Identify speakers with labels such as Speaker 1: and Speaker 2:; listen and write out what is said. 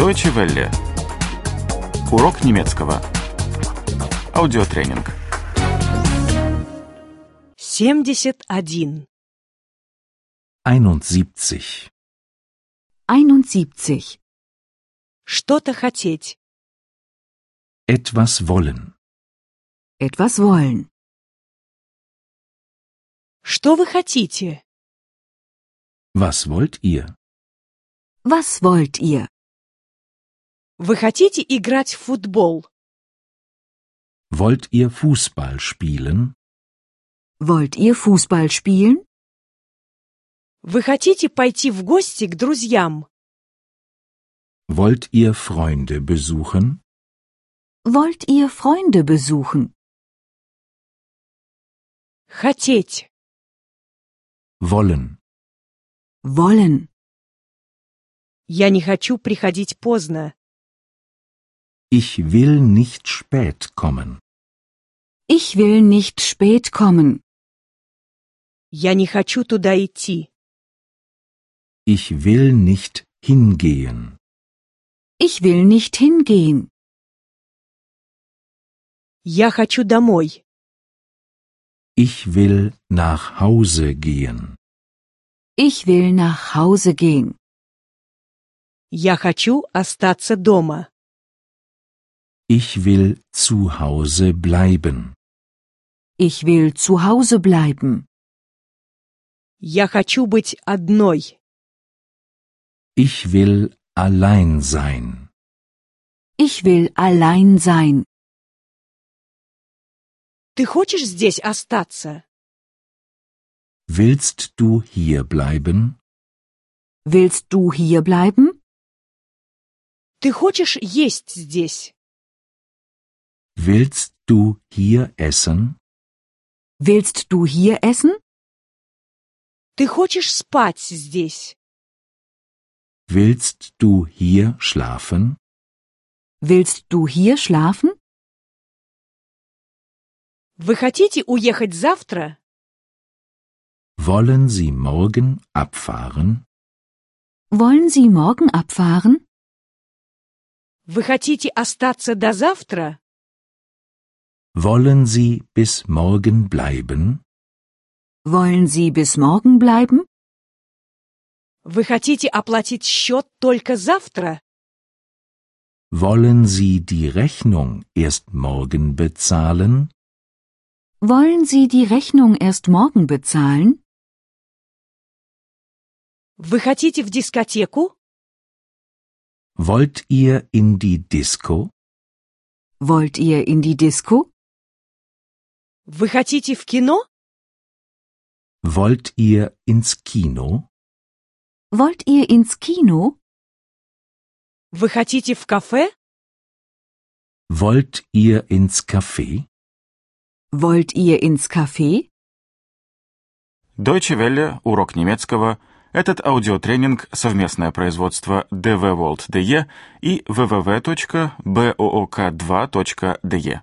Speaker 1: Deutsche Welle. Урок немецкого. Аудиотренинг.
Speaker 2: 71.
Speaker 3: 71.
Speaker 4: 71.
Speaker 2: Что-то хотеть.
Speaker 3: Etwas wollen.
Speaker 4: Etwas wollen.
Speaker 2: Что вы хотите?
Speaker 3: Was wollt ihr?
Speaker 4: Was wollt ihr?
Speaker 2: Вы хотите играть в футбол?
Speaker 3: Wollt ihr Fußball spielen?
Speaker 4: Wollt ihr Fußball spielen?
Speaker 2: Вы хотите пойти в гости к друзьям?
Speaker 3: Wollt ihr Freunde besuchen?
Speaker 4: Wollt ihr Freunde besuchen?
Speaker 2: Хотеть.
Speaker 3: Wollen.
Speaker 4: Wollen.
Speaker 2: Я не хочу приходить поздно.
Speaker 3: Ich will nicht spät kommen.
Speaker 4: Ich will nicht spät kommen.
Speaker 2: Я не хочу туда идти.
Speaker 3: Ich will nicht hingehen.
Speaker 4: Ich will nicht hingehen.
Speaker 2: Я хочу домой.
Speaker 3: Ich will nach Hause gehen.
Speaker 4: Ich will nach Hause gehen.
Speaker 2: Я хочу остаться дома.
Speaker 3: Ich will zu Hause bleiben.
Speaker 4: Ich will zu Hause bleiben.
Speaker 2: Я хочу быть одной.
Speaker 3: Ich will allein sein.
Speaker 4: Ich will allein sein.
Speaker 2: Ты хочешь здесь остаться?
Speaker 3: Willst du hier bleiben?
Speaker 4: Willst du hier bleiben?
Speaker 2: Ты хочешь есть здесь?
Speaker 3: Willst du hier essen?
Speaker 4: Willst du hier essen?
Speaker 2: Ты хочешь спать здесь?
Speaker 3: Willst du hier schlafen?
Speaker 4: Willst du hier schlafen?
Speaker 2: Вы хотите уехать завтра?
Speaker 3: Wollen Sie morgen abfahren?
Speaker 4: Wollen Sie morgen abfahren?
Speaker 2: Вы хотите остаться до завтра?
Speaker 3: Wollen Sie bis morgen bleiben?
Speaker 4: Wollen Sie bis morgen bleiben?
Speaker 2: Вы хотите оплатить счет только завтра?
Speaker 3: Wollen Sie die Rechnung erst morgen bezahlen?
Speaker 4: Wollen Sie die Rechnung erst morgen bezahlen?
Speaker 2: Вы хотите в дискотеку?
Speaker 3: Wollt ihr in die Disco?
Speaker 4: Wollt ihr in die Disco?
Speaker 2: Вы хотите в кино?
Speaker 3: Wollt ihr ins Kino?
Speaker 4: Wollt ihr ins Kino?
Speaker 2: Вы хотите в кафе?
Speaker 3: Wollt ihr ins Café?
Speaker 4: Wollt ihr ins Café?
Speaker 1: Deutsche Welle. Урок немецкого. Этот аудиотренинг – совместное производство DW World DE и www.book2.de.